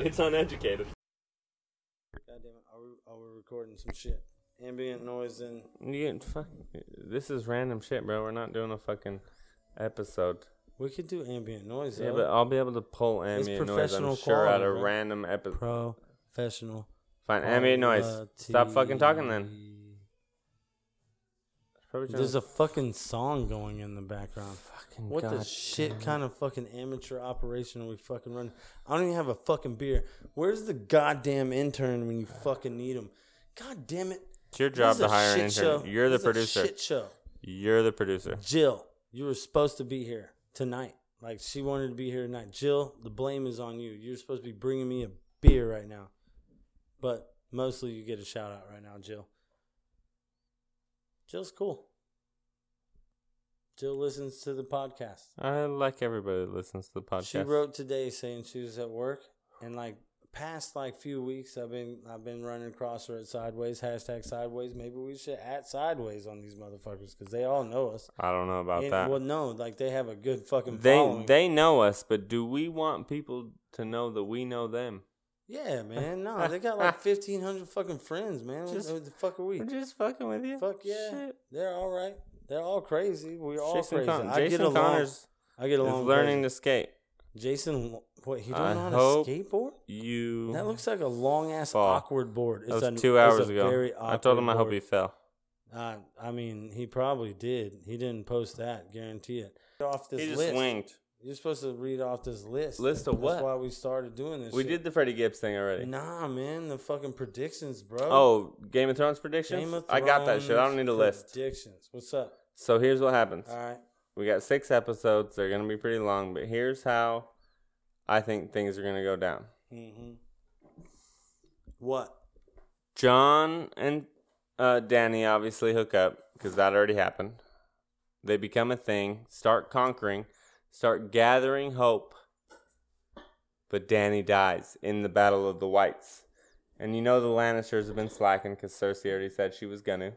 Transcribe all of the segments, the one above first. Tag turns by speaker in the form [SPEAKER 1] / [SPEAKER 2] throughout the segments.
[SPEAKER 1] it's uneducated.
[SPEAKER 2] God damn it! Are we, are we recording some shit? Ambient noise and
[SPEAKER 1] You get fuck. This is random shit, bro. We're not doing a fucking episode.
[SPEAKER 2] we could do ambient noise.
[SPEAKER 1] Yeah,
[SPEAKER 2] though.
[SPEAKER 1] but I'll be able to pull ambient noise. I'm
[SPEAKER 2] professional
[SPEAKER 1] sure out
[SPEAKER 2] quality,
[SPEAKER 1] of
[SPEAKER 2] right?
[SPEAKER 1] random episode.
[SPEAKER 2] professional. uh,
[SPEAKER 1] Fine, ambient noise. Stop fucking talking then.
[SPEAKER 2] quality.
[SPEAKER 1] It's probably just
[SPEAKER 2] There's a fucking song going in the background.
[SPEAKER 1] fucking
[SPEAKER 2] What the
[SPEAKER 1] god-
[SPEAKER 2] shit kind of fucking amateur operation are we fucking running? I don't even have a fucking beer. Where's the goddamn intern when you fucking need him? God damn it!
[SPEAKER 1] It's your
[SPEAKER 2] This
[SPEAKER 1] job
[SPEAKER 2] is
[SPEAKER 1] to
[SPEAKER 2] a
[SPEAKER 1] hire an intern.
[SPEAKER 2] shit show.
[SPEAKER 1] You're the
[SPEAKER 2] This is a
[SPEAKER 1] producer.
[SPEAKER 2] shit show.
[SPEAKER 1] You're the producer.
[SPEAKER 2] Jill, you were supposed to be here tonight. Like she wanted to be here tonight. Jill, the blame is on you. You're supposed to be bringing me a beer right now, but mostly you get a shout out right now, Jill. Jill's cool. Jill listens to the podcast.
[SPEAKER 1] I like everybody that listens to the podcast.
[SPEAKER 2] She wrote today saying she was at work and like past like few weeks I've been I've been running across her at sideways, hashtag sideways. Maybe we should at sideways on these motherfuckers because they all know us.
[SPEAKER 1] I don't know about
[SPEAKER 2] And-
[SPEAKER 1] that.
[SPEAKER 2] Well no, like they have a good fucking
[SPEAKER 1] they
[SPEAKER 2] following.
[SPEAKER 1] they know us, but do we want people to know that we know them?
[SPEAKER 2] yeah, man. No, they got like fifteen hundred fucking friends, man.
[SPEAKER 1] Just-
[SPEAKER 2] what the fuck are we?
[SPEAKER 1] We're just fucking with you.
[SPEAKER 2] Fuck yeah.
[SPEAKER 1] Shit.
[SPEAKER 2] They're all right. They're all crazy. We're all
[SPEAKER 1] Jason,
[SPEAKER 2] crazy.
[SPEAKER 1] Con-
[SPEAKER 2] I get
[SPEAKER 1] Jason
[SPEAKER 2] along.
[SPEAKER 1] Connors
[SPEAKER 2] I get
[SPEAKER 1] is
[SPEAKER 2] along.
[SPEAKER 1] learning
[SPEAKER 2] crazy.
[SPEAKER 1] to skate.
[SPEAKER 2] Jason, what he don't
[SPEAKER 1] I
[SPEAKER 2] know how to
[SPEAKER 1] hope-
[SPEAKER 2] skateboard?
[SPEAKER 1] You
[SPEAKER 2] That looks like a long ass
[SPEAKER 1] Fall.
[SPEAKER 2] awkward board.
[SPEAKER 1] that was
[SPEAKER 2] a-
[SPEAKER 1] two
[SPEAKER 2] it's
[SPEAKER 1] hours
[SPEAKER 2] a
[SPEAKER 1] ago.
[SPEAKER 2] very
[SPEAKER 1] I told him I hope
[SPEAKER 2] awkward
[SPEAKER 1] he fell.
[SPEAKER 2] board. Uh, I mean, he probably did. He didn't post that. Guarantee it. Read Off this
[SPEAKER 1] He just
[SPEAKER 2] list.
[SPEAKER 1] swinged.
[SPEAKER 2] You're supposed to read off this list.
[SPEAKER 1] List of what?
[SPEAKER 2] That's why we started doing this.
[SPEAKER 1] We
[SPEAKER 2] shit.
[SPEAKER 1] did the Freddie Gibbs thing already.
[SPEAKER 2] Nah, man, the fucking predictions, bro.
[SPEAKER 1] Oh, Game of Thrones predictions?
[SPEAKER 2] Game of
[SPEAKER 1] I got that shit. I don't
[SPEAKER 2] Thrones
[SPEAKER 1] need a list.
[SPEAKER 2] Predictions. What's up?
[SPEAKER 1] So here's what happens.
[SPEAKER 2] All right.
[SPEAKER 1] We got six episodes. They're going to be pretty long, but here's how I think things are going to go down.
[SPEAKER 2] Mm-hmm. What?
[SPEAKER 1] John and uh, Danny obviously hook up because that already happened. They become a thing, start conquering, start gathering hope. But Danny dies in the Battle of the Whites. And you know the Lannisters have been slacking because Cersei already said she was gonna.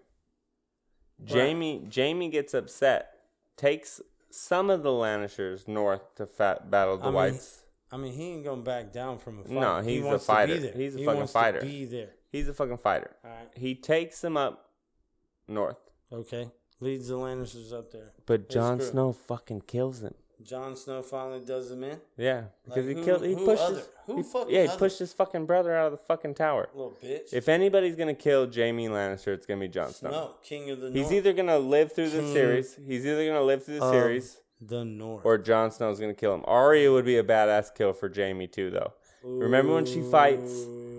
[SPEAKER 1] Jamie Jamie gets upset, takes some of the Lannisters north to fat battle the
[SPEAKER 2] I mean,
[SPEAKER 1] Whites.
[SPEAKER 2] I mean, he ain't gonna back down from a fight.
[SPEAKER 1] No,
[SPEAKER 2] he
[SPEAKER 1] he's a
[SPEAKER 2] wants
[SPEAKER 1] fighter.
[SPEAKER 2] To be there.
[SPEAKER 1] He's a
[SPEAKER 2] he
[SPEAKER 1] fucking
[SPEAKER 2] wants
[SPEAKER 1] fighter.
[SPEAKER 2] To be there.
[SPEAKER 1] He's a fucking fighter.
[SPEAKER 2] All right.
[SPEAKER 1] He takes them up north.
[SPEAKER 2] Okay. Leads the Lannisters up there.
[SPEAKER 1] But
[SPEAKER 2] That's
[SPEAKER 1] Jon
[SPEAKER 2] true.
[SPEAKER 1] Snow fucking kills him.
[SPEAKER 2] Jon Snow finally does him in.
[SPEAKER 1] Yeah, because
[SPEAKER 2] Like,
[SPEAKER 1] he
[SPEAKER 2] who-
[SPEAKER 1] killed. He
[SPEAKER 2] who
[SPEAKER 1] pushed.
[SPEAKER 2] other?
[SPEAKER 1] His,
[SPEAKER 2] Who
[SPEAKER 1] he-
[SPEAKER 2] fucking
[SPEAKER 1] yeah, he
[SPEAKER 2] other?
[SPEAKER 1] pushed his fucking brother out of the fucking tower.
[SPEAKER 2] Little bitch.
[SPEAKER 1] If anybody's gonna kill Jamie Lannister, it's gonna be Jon Snow.
[SPEAKER 2] no, Hmm. King of the
[SPEAKER 1] He's
[SPEAKER 2] North.
[SPEAKER 1] either gonna live through the
[SPEAKER 2] King
[SPEAKER 1] series. He's either gonna live through the
[SPEAKER 2] of
[SPEAKER 1] series,
[SPEAKER 2] the North.
[SPEAKER 1] or Jon Snow's gonna kill him. Arya would be a badass kill for Jamie too, though. Remember when she fights?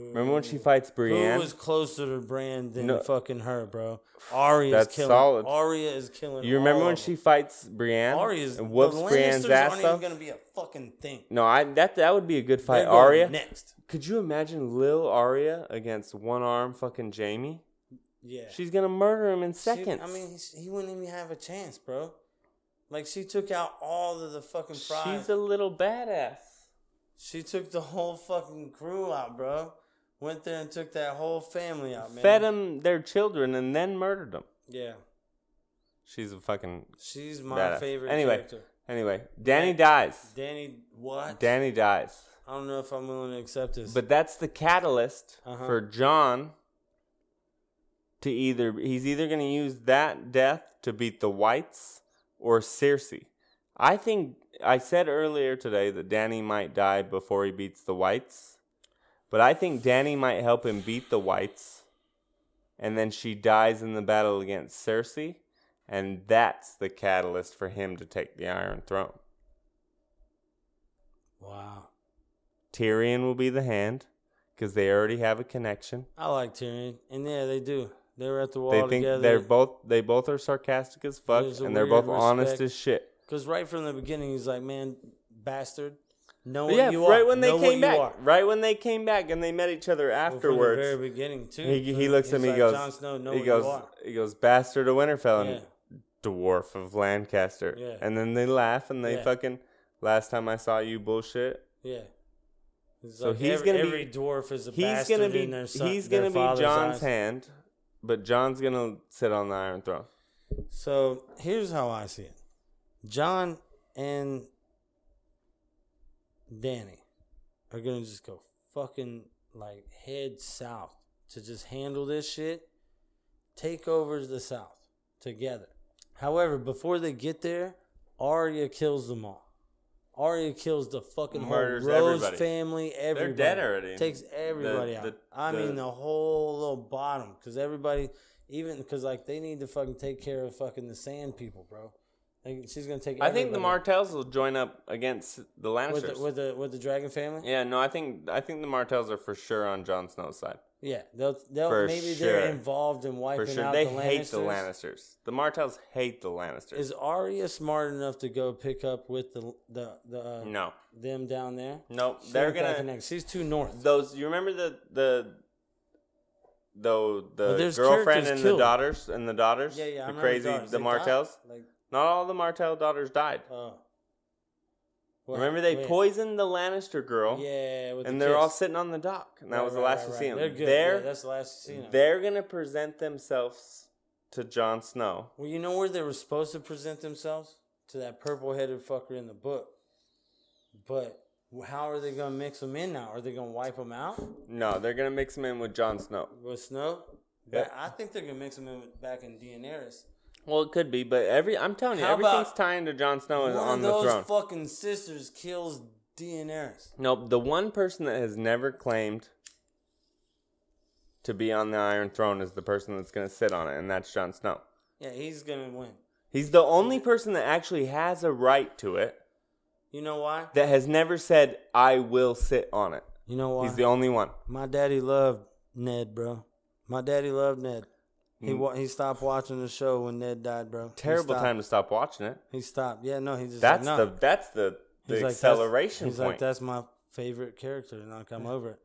[SPEAKER 1] Remember when she fights Brienne?
[SPEAKER 2] Who was closer to Bran than
[SPEAKER 1] No.
[SPEAKER 2] fucking her, bro? Arya
[SPEAKER 1] That's
[SPEAKER 2] is killing.
[SPEAKER 1] solid.
[SPEAKER 2] Arya is killing.
[SPEAKER 1] you remember
[SPEAKER 2] all
[SPEAKER 1] when
[SPEAKER 2] of
[SPEAKER 1] she
[SPEAKER 2] them.
[SPEAKER 1] fights Brienne
[SPEAKER 2] Arya's
[SPEAKER 1] and whoops
[SPEAKER 2] the
[SPEAKER 1] Brienne's
[SPEAKER 2] Lannisters
[SPEAKER 1] ass
[SPEAKER 2] Aren't even
[SPEAKER 1] off?
[SPEAKER 2] gonna be a fucking thing.
[SPEAKER 1] No, I that that would be a good fight.
[SPEAKER 2] They're going
[SPEAKER 1] Arya.
[SPEAKER 2] next.
[SPEAKER 1] Could you imagine Lil Arya against one arm fucking Jamie?
[SPEAKER 2] Yeah.
[SPEAKER 1] She's gonna murder him in
[SPEAKER 2] She-
[SPEAKER 1] seconds.
[SPEAKER 2] I mean, he, he wouldn't even have a chance, bro. Like she took out all of the fucking fries.
[SPEAKER 1] she's a little badass.
[SPEAKER 2] she took the whole fucking crew out, bro. Went there and took that whole family out, man.
[SPEAKER 1] Fed them their children and then murdered them.
[SPEAKER 2] Yeah.
[SPEAKER 1] She's a fucking
[SPEAKER 2] She's my
[SPEAKER 1] badass.
[SPEAKER 2] favorite
[SPEAKER 1] Anyway,
[SPEAKER 2] character.
[SPEAKER 1] anyway, Danny dies.
[SPEAKER 2] Danny, what?
[SPEAKER 1] Danny dies.
[SPEAKER 2] I don't know if I'm willing to accept this.
[SPEAKER 1] But that's the catalyst
[SPEAKER 2] Uh-huh.
[SPEAKER 1] for John to either he's either gonna use that death to beat the Whites or Cersei. I think I said earlier today that Danny might die before he beats the Whites. But I think Danny might help him beat the Whites. And then she dies in the battle against Cersei. And that's the catalyst for him to take the Iron Throne.
[SPEAKER 2] wow,
[SPEAKER 1] Tyrion will be the hand because they already have a connection.
[SPEAKER 2] I like Tyrion, and yeah, they do. They were at the wall
[SPEAKER 1] They think
[SPEAKER 2] together.
[SPEAKER 1] they're both they both are sarcastic as fuck
[SPEAKER 2] There's a
[SPEAKER 1] and they're
[SPEAKER 2] weird
[SPEAKER 1] both honest
[SPEAKER 2] respect.
[SPEAKER 1] as shit.
[SPEAKER 2] because right from the beginning, he's like, "Man, bastard, know
[SPEAKER 1] But
[SPEAKER 2] what
[SPEAKER 1] yeah,
[SPEAKER 2] you
[SPEAKER 1] right
[SPEAKER 2] are.
[SPEAKER 1] when they
[SPEAKER 2] know what
[SPEAKER 1] came
[SPEAKER 2] you
[SPEAKER 1] back,
[SPEAKER 2] are."
[SPEAKER 1] right when they came back and they met each other
[SPEAKER 2] Well, from
[SPEAKER 1] afterwards,
[SPEAKER 2] the very beginning too.
[SPEAKER 1] he, he
[SPEAKER 2] From-
[SPEAKER 1] looks at
[SPEAKER 2] he's
[SPEAKER 1] me,
[SPEAKER 2] like,
[SPEAKER 1] goes,
[SPEAKER 2] "Jon Snow, know
[SPEAKER 1] he
[SPEAKER 2] what
[SPEAKER 1] goes, um,
[SPEAKER 2] you are."
[SPEAKER 1] he goes, bastard of Winterfell, and
[SPEAKER 2] Yeah.
[SPEAKER 1] dwarf of Lancaster,
[SPEAKER 2] Yeah.
[SPEAKER 1] and then they laugh and they
[SPEAKER 2] Yeah.
[SPEAKER 1] fucking. Last time I saw you, bullshit.
[SPEAKER 2] Yeah. He's
[SPEAKER 1] So
[SPEAKER 2] like,
[SPEAKER 1] he's
[SPEAKER 2] every,
[SPEAKER 1] gonna be-
[SPEAKER 2] every dwarf is a
[SPEAKER 1] He's
[SPEAKER 2] bastard
[SPEAKER 1] gonna be
[SPEAKER 2] in their son,
[SPEAKER 1] he's
[SPEAKER 2] their
[SPEAKER 1] gonna be
[SPEAKER 2] father's
[SPEAKER 1] John's
[SPEAKER 2] eyes.
[SPEAKER 1] hand, but John's gonna sit on the Iron Throne.
[SPEAKER 2] So here's how I see it: John and Danny are gonna just go fucking like head south to just handle this shit. Take over the south together. However, before they get there, Arya kills them all. Arya kills the fucking
[SPEAKER 1] Murders
[SPEAKER 2] whole Rose
[SPEAKER 1] everybody.
[SPEAKER 2] family. Everybody
[SPEAKER 1] dead already.
[SPEAKER 2] Takes everybody
[SPEAKER 1] The-
[SPEAKER 2] out.
[SPEAKER 1] the-
[SPEAKER 2] I
[SPEAKER 1] the-
[SPEAKER 2] mean the whole little bottom because everybody, even because like they need to fucking take care of fucking the Sand people, bro. Like, she's gonna take.
[SPEAKER 1] I think the
[SPEAKER 2] everybody.
[SPEAKER 1] Martells will join up against the
[SPEAKER 2] with
[SPEAKER 1] Lannisters.
[SPEAKER 2] the, with the with the dragon family.
[SPEAKER 1] yeah, no, I think I think the Martells are for sure on Jon Snow's side.
[SPEAKER 2] Yeah, they'll they'll
[SPEAKER 1] For
[SPEAKER 2] maybe
[SPEAKER 1] sure.
[SPEAKER 2] they're involved in
[SPEAKER 1] For
[SPEAKER 2] wiping
[SPEAKER 1] sure,
[SPEAKER 2] out
[SPEAKER 1] they
[SPEAKER 2] the Lannisters.
[SPEAKER 1] hate the Lannisters. The Martells hate the Lannisters.
[SPEAKER 2] Is Arya smart enough to go pick up with the the the uh,
[SPEAKER 1] no,
[SPEAKER 2] them down there?
[SPEAKER 1] no,
[SPEAKER 2] She
[SPEAKER 1] they're
[SPEAKER 2] ain't got
[SPEAKER 1] gonna
[SPEAKER 2] connect. She's too north.
[SPEAKER 1] those. You remember the the though the
[SPEAKER 2] Well, there's
[SPEAKER 1] girlfriend
[SPEAKER 2] characters
[SPEAKER 1] and
[SPEAKER 2] killed.
[SPEAKER 1] the daughters and the daughters.
[SPEAKER 2] yeah, yeah. I
[SPEAKER 1] the
[SPEAKER 2] remember
[SPEAKER 1] crazy
[SPEAKER 2] daughters.
[SPEAKER 1] the
[SPEAKER 2] They
[SPEAKER 1] Martells.
[SPEAKER 2] died. Like,
[SPEAKER 1] Not all the Martell daughters died.
[SPEAKER 2] oh.
[SPEAKER 1] remember they
[SPEAKER 2] Wait.
[SPEAKER 1] poisoned the Lannister girl.
[SPEAKER 2] Yeah, with
[SPEAKER 1] and
[SPEAKER 2] the
[SPEAKER 1] they're all
[SPEAKER 2] kiss.
[SPEAKER 1] sitting on the dock, and that
[SPEAKER 2] Right,
[SPEAKER 1] was the
[SPEAKER 2] right,
[SPEAKER 1] last
[SPEAKER 2] right,
[SPEAKER 1] you
[SPEAKER 2] right.
[SPEAKER 1] see them.
[SPEAKER 2] They're good.
[SPEAKER 1] They're
[SPEAKER 2] yeah, that's the last you see them.
[SPEAKER 1] they're gonna present themselves to Jon Snow.
[SPEAKER 2] Well, you know where they were supposed to present themselves to that purple-headed fucker in the book, but how are they gonna mix them in now? Are they gonna wipe them out
[SPEAKER 1] No, they're gonna mix him in with Jon Snow.
[SPEAKER 2] with Snow?
[SPEAKER 1] Yep.
[SPEAKER 2] Ba- I think they're gonna mix them in with, back in Daenerys.
[SPEAKER 1] Well, it could be, but every I'm telling you,
[SPEAKER 2] How about-
[SPEAKER 1] everything's tying to Jon Snow
[SPEAKER 2] One
[SPEAKER 1] is on
[SPEAKER 2] of
[SPEAKER 1] the
[SPEAKER 2] those
[SPEAKER 1] throne.
[SPEAKER 2] fucking sisters kills Daenerys.
[SPEAKER 1] nope, the one person that has never claimed to be on the Iron Throne is the person that's gonna sit on it, and that's Jon Snow.
[SPEAKER 2] Yeah, he's gonna win.
[SPEAKER 1] He's the only person that actually has a right to it
[SPEAKER 2] You know why?
[SPEAKER 1] that has never said, "I will sit on it."
[SPEAKER 2] You know why?
[SPEAKER 1] He's the only one.
[SPEAKER 2] My daddy loved Ned, bro. My daddy loved Ned. He wa- he stopped watching the show when Ned died, bro. He
[SPEAKER 1] Mm. Terrible
[SPEAKER 2] stopped.
[SPEAKER 1] time to stop watching it.
[SPEAKER 2] He stopped. Yeah, no, he just
[SPEAKER 1] That's
[SPEAKER 2] like, no.
[SPEAKER 1] the that's the, the
[SPEAKER 2] He's like, that's-
[SPEAKER 1] acceleration
[SPEAKER 2] he's like,
[SPEAKER 1] point.
[SPEAKER 2] that's my favorite character, and I'll come over it.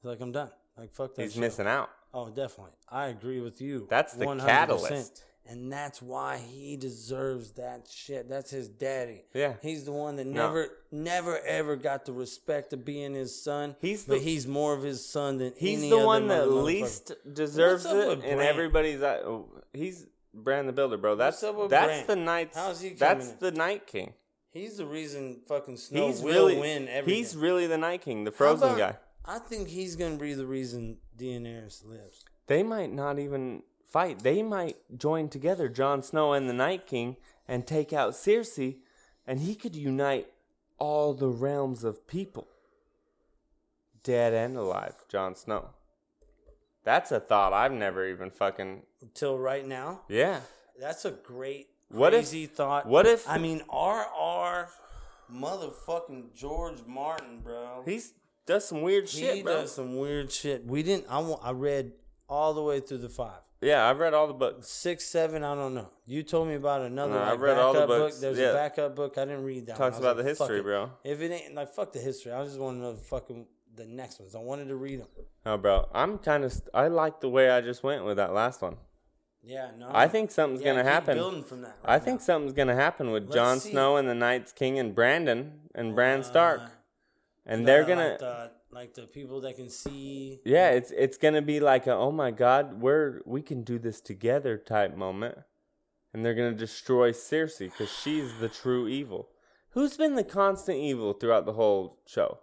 [SPEAKER 2] He's like, I'm done. Like, fuck that.
[SPEAKER 1] He's
[SPEAKER 2] show.
[SPEAKER 1] missing out.
[SPEAKER 2] Oh, definitely. I agree with you.
[SPEAKER 1] That's the
[SPEAKER 2] 100%.
[SPEAKER 1] catalyst.
[SPEAKER 2] And that's why he deserves that shit. That's his daddy.
[SPEAKER 1] Yeah.
[SPEAKER 2] He's the one that
[SPEAKER 1] No.
[SPEAKER 2] never, never, ever got the respect of being his son.
[SPEAKER 1] He's
[SPEAKER 2] but
[SPEAKER 1] the-
[SPEAKER 2] he's more of his son than
[SPEAKER 1] He's
[SPEAKER 2] any
[SPEAKER 1] the
[SPEAKER 2] other
[SPEAKER 1] one that
[SPEAKER 2] mother- motherfucker.
[SPEAKER 1] least deserves
[SPEAKER 2] What's up
[SPEAKER 1] it,
[SPEAKER 2] with
[SPEAKER 1] and
[SPEAKER 2] Bran?
[SPEAKER 1] everybody's at, oh, he's Bran the Builder, bro. That's
[SPEAKER 2] up with
[SPEAKER 1] that's
[SPEAKER 2] Bran?
[SPEAKER 1] the knight's.
[SPEAKER 2] How's he
[SPEAKER 1] that's
[SPEAKER 2] coming in?
[SPEAKER 1] the Night King.
[SPEAKER 2] He's the reason fucking Snow
[SPEAKER 1] He's
[SPEAKER 2] will
[SPEAKER 1] really
[SPEAKER 2] win everything.
[SPEAKER 1] he's really the Night King, the
[SPEAKER 2] How
[SPEAKER 1] Frozen
[SPEAKER 2] about-
[SPEAKER 1] guy.
[SPEAKER 2] I think he's gonna be the reason Daenerys lives.
[SPEAKER 1] They might not even fight. They might join together, Jon Snow and the Night King, and take out Cersei, and he could unite all the realms of people, dead and alive. Jon Snow. That's a thought I've never even fucking
[SPEAKER 2] Till right now,
[SPEAKER 1] yeah.
[SPEAKER 2] that's a great
[SPEAKER 1] What if-
[SPEAKER 2] crazy thought.
[SPEAKER 1] what if-
[SPEAKER 2] I mean R.R. motherfucking George Martin, bro.
[SPEAKER 1] He's does some weird
[SPEAKER 2] He
[SPEAKER 1] shit, bro.
[SPEAKER 2] does some weird shit. We didn't. I wa- I read all the way through the five,
[SPEAKER 1] Yeah, I've read all the books.
[SPEAKER 2] six, seven. I don't know. You told me about another.
[SPEAKER 1] No,
[SPEAKER 2] like,
[SPEAKER 1] I've read all the
[SPEAKER 2] backup
[SPEAKER 1] books,
[SPEAKER 2] Book. There's
[SPEAKER 1] yeah.
[SPEAKER 2] a backup book. I didn't read that.
[SPEAKER 1] Talks
[SPEAKER 2] one. I was
[SPEAKER 1] about the
[SPEAKER 2] like, fuck
[SPEAKER 1] history,
[SPEAKER 2] it.
[SPEAKER 1] bro.
[SPEAKER 2] If it ain't like fuck the history, I just want to know the fucking the next ones. I wanted to read them.
[SPEAKER 1] Oh, bro, I'm kind of. St- I like the way I just went with that last one.
[SPEAKER 2] Yeah, no.
[SPEAKER 1] I think something's
[SPEAKER 2] Yeah,
[SPEAKER 1] gonna
[SPEAKER 2] keep
[SPEAKER 1] happen.
[SPEAKER 2] Building from that.
[SPEAKER 1] I think something's gonna happen with
[SPEAKER 2] Let's
[SPEAKER 1] Jon
[SPEAKER 2] see.
[SPEAKER 1] Snow and the Night's King and Brandon and Bran Stark, and they're gonna.
[SPEAKER 2] like Uh, the, like the people that can see.
[SPEAKER 1] yeah, it's it's gonna be like a oh my god, we're we can do this together type moment, and they're gonna destroy Cersei because she's the true evil. Who's been the constant evil throughout the whole show?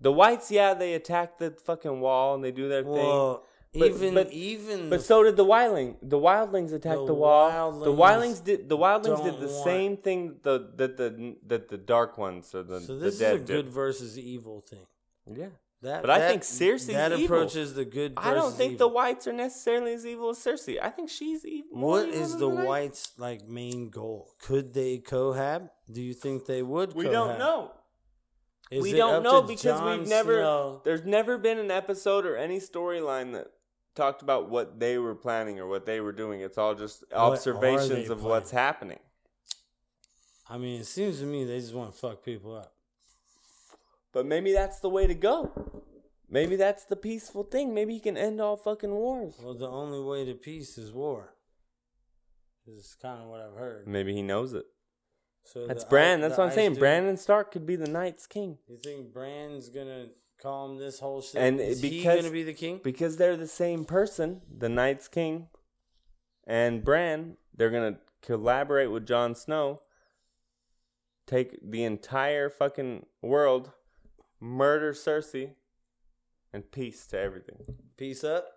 [SPEAKER 1] The whites, yeah, they attack the fucking wall and they do their thing.
[SPEAKER 2] Well,
[SPEAKER 1] But-
[SPEAKER 2] even
[SPEAKER 1] but-
[SPEAKER 2] even
[SPEAKER 1] But so did the wildling. The wildlings attacked the,
[SPEAKER 2] The
[SPEAKER 1] wall. the
[SPEAKER 2] wildlings
[SPEAKER 1] wildlings did. The wildlings did
[SPEAKER 2] don't
[SPEAKER 1] the
[SPEAKER 2] want-
[SPEAKER 1] same thing. The that the that the dark ones or the,
[SPEAKER 2] so
[SPEAKER 1] the
[SPEAKER 2] this is a
[SPEAKER 1] dead
[SPEAKER 2] good versus evil thing.
[SPEAKER 1] did. Yeah,
[SPEAKER 2] That,
[SPEAKER 1] But I
[SPEAKER 2] that-
[SPEAKER 1] think Cersei's
[SPEAKER 2] that
[SPEAKER 1] evil.
[SPEAKER 2] approaches the good. Versus
[SPEAKER 1] I don't think
[SPEAKER 2] evil.
[SPEAKER 1] the whites are necessarily as evil as Cersei. I think she's evil.
[SPEAKER 2] What is the whites' like main goal? Could they cohab? Do you think they would?
[SPEAKER 1] We don't
[SPEAKER 2] cohab?
[SPEAKER 1] know.
[SPEAKER 2] Is
[SPEAKER 1] we
[SPEAKER 2] it
[SPEAKER 1] don't
[SPEAKER 2] up to
[SPEAKER 1] know because
[SPEAKER 2] Jon
[SPEAKER 1] we've never.
[SPEAKER 2] Snow?
[SPEAKER 1] There's never been an episode or any storyline that talked about what they were planning or what they were doing. It's all just
[SPEAKER 2] are they
[SPEAKER 1] observations of what's
[SPEAKER 2] planning?
[SPEAKER 1] happening.
[SPEAKER 2] I mean, it seems to me they just want to fuck people up.
[SPEAKER 1] But maybe that's the way to go. Maybe that's the peaceful thing. Maybe he can end all fucking wars.
[SPEAKER 2] Well, the only way to peace is war. Is kind of what I've heard.
[SPEAKER 1] Maybe he knows it.
[SPEAKER 2] So
[SPEAKER 1] That's
[SPEAKER 2] the
[SPEAKER 1] Bran.
[SPEAKER 2] ice-
[SPEAKER 1] That's
[SPEAKER 2] the
[SPEAKER 1] what I'm
[SPEAKER 2] ice
[SPEAKER 1] saying.
[SPEAKER 2] dude-
[SPEAKER 1] Brandon Stark could be the Night's King
[SPEAKER 2] You think Bran's gonna calm this whole shit?
[SPEAKER 1] And
[SPEAKER 2] is he
[SPEAKER 1] because-
[SPEAKER 2] gonna be the king?
[SPEAKER 1] because they're the same person. The Night's King and Bran. They're gonna collaborate with Jon Snow. Take the entire fucking world murder Cersei, and peace to everything.
[SPEAKER 2] Peace up.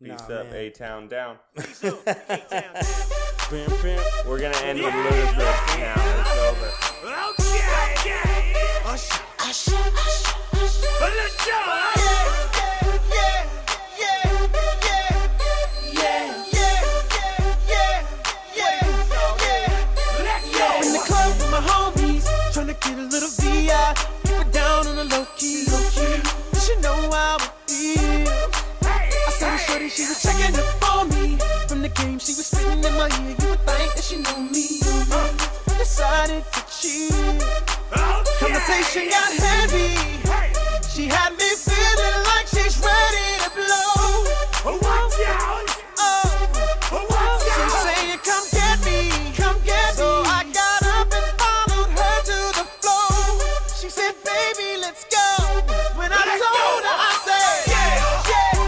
[SPEAKER 1] Peace
[SPEAKER 2] Nah,
[SPEAKER 1] up,
[SPEAKER 2] man.
[SPEAKER 1] A Town down.
[SPEAKER 2] Bam, bam.
[SPEAKER 1] We're gonna end with ludicrous now. It's over.
[SPEAKER 3] In the club with my homies, tryna get a little VI. Keep it down on the low key. Low key. You should know how it feels. I saw this shorty, she was checking up on me. From the game, she was spitting in my ear. You would think that she knew me. Uh, decided to cheat. Conversation got heavy. She had me feeling like she's ready to blow. Watch out! Oh. She saying, "Come get me, come get me." I got up and followed her to the floor. She said, "Baby, let's go." When I told her, I said, "Yeah, yeah."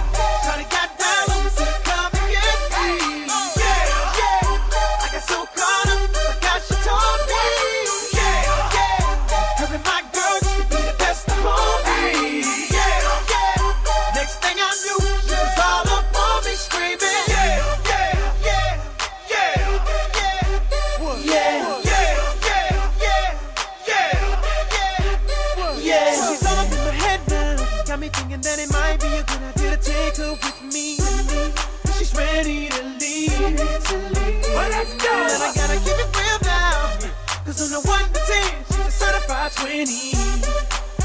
[SPEAKER 3] Shawty got down and said, "Come and get me." oh, Yeah, yeah. I got so caught up, forgot she told me. Yeah, yeah. Her and my girl used to be the best of homies. Yeah, yeah. Next thing I knew, she was all up on me screaming. Yeah, yeah, yeah, yeah, yeah. What? Yeah, yeah, yeah, yeah, yeah, yeah. Yeah, she's all up in my head now. Got me thinking that it might be a good idea to take her with me. She's ready to leave. Well, let's go. And I gotta keep it real now. Cause on the 1 to 10, she's a certified 20.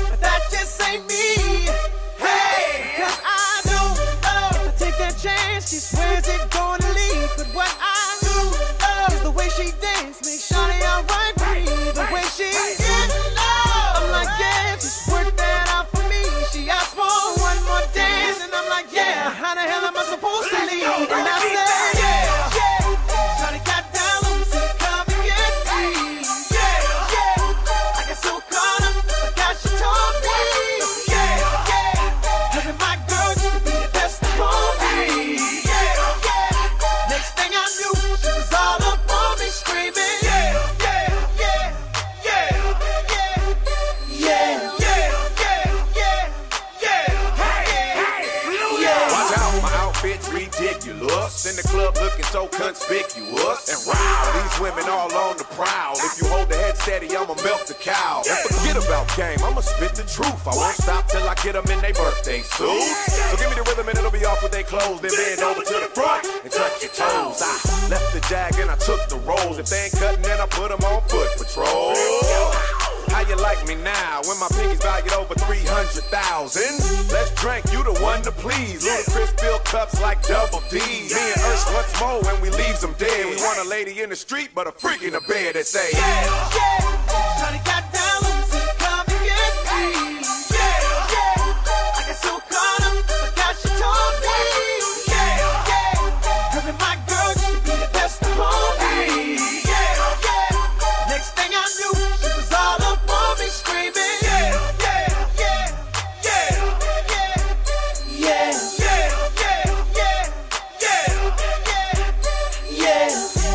[SPEAKER 3] But that just ain't me. Hey, cause I know love. If I take that chance, she swears it gonna leave. But what I do love is the way she dance, make Shawty alright with me. The way she in love. I'm like, yeah, just work that out for me. She asked for one more dance, and I'm like, yeah, how the hell am I supposed to leave? And I said, yeah, yeah. Shawty got down and said, come and get me. Yeah, yeah. I got so caught up, forgot she told me. Yeah, yeah. Her and my girl used to be the best of homies. Yeah, yeah. Next thing I knew, she was all up on me screaming. Yeah, yeah, yeah, yeah, yeah, yeah, yeah, yeah, yeah, yeah. Hey, hey,
[SPEAKER 4] Watch out, my outfit's ridiculous. In the club looking so conspicuous. And wow, these women all on the prowl. If you hold the head steady, I'ma melt the cow. And forget about game, I'ma spit the truth. I won't stop till I get them in their birthday suits. So give me the rhythm and it'll be off with their clothes. Then bend over to the front and touch your toes. I left the jag and I took the rolls. If they ain't cutting, then I put them on foot patrol. How you like me now when my pinky's valued over 300,000? Let's drink, you the one to please. Ludacris fill cups like double D. Me and Ursh once more when we leave them dead. We want a lady in the street, but a freak in the bed that say,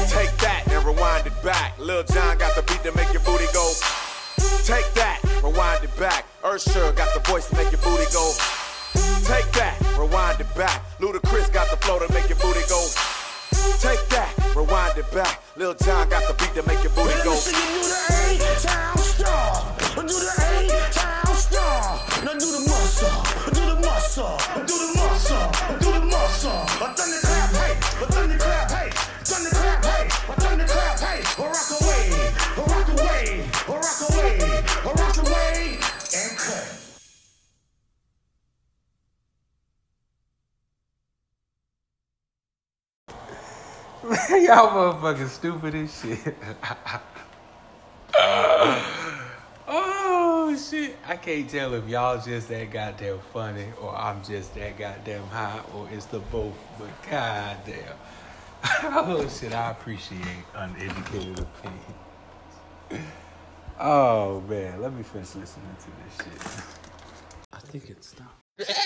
[SPEAKER 4] Take that and rewind it back. Lil John got the beat to make your booty go. Take that, rewind it back. Ursher got the voice to make your booty go. Take that, rewind it back. Ludacris got the flow to make your booty go. Take that, rewind it back. Lil John got the beat to make your booty
[SPEAKER 5] Let
[SPEAKER 4] go.
[SPEAKER 5] me see you do the A-Town star. Do the A-Town star. Now do the muscle. Do the muscle. Do the muscle. Do the muscle. A thunderclap, hey. A thunderclap, hey. Thunderclap, hey. A thunderclap, hey. A rock away. A rock away. A rock away. A rock away. And cut.
[SPEAKER 6] Y'all motherfucking stupid as shit. oh shit. I can't tell if y'all just that goddamn funny or I'm just that goddamn high or it's the both, but goddamn. oh shit, I appreciate uneducated opinion. Oh man, let me finish listening to this shit.
[SPEAKER 2] I think it stopped.